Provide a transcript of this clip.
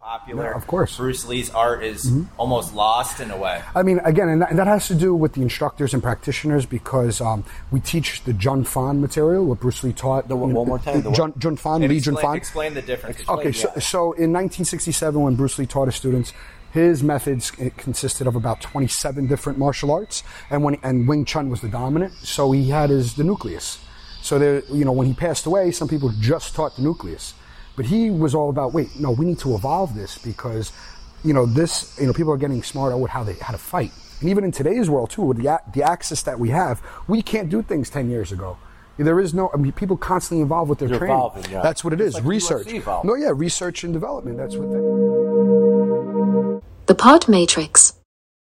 popular. Yeah, of course. Mm-hmm. Bruce Lee's art is almost lost in a way. I mean, again, and that, and that has to do with the instructors and practitioners because um, we teach the Jun Fan material, what Bruce Lee taught. The one- one more time, the what? Jun, Jun Fan, Lee Jun explain, Fan. explain the difference. Okay, so, so in 1967, when Bruce Lee taught his students, his methods it consisted of about 27 different martial arts, and when and Wing Chun was the dominant, so he had his the nucleus. So there, you know, when he passed away, some people just taught the nucleus, but he was all about wait, no, we need to evolve this because, you know, this you know people are getting smarter with how they how to fight, and even in today's world too, with the a- the access that we have, we can't do things 10 years ago. There is no, I mean, people constantly evolve with their You're training. evolving, yeah. That's what it It's is. like research. UFC evolving. No, yeah, research and development. That's what. They- The Pod Matrix.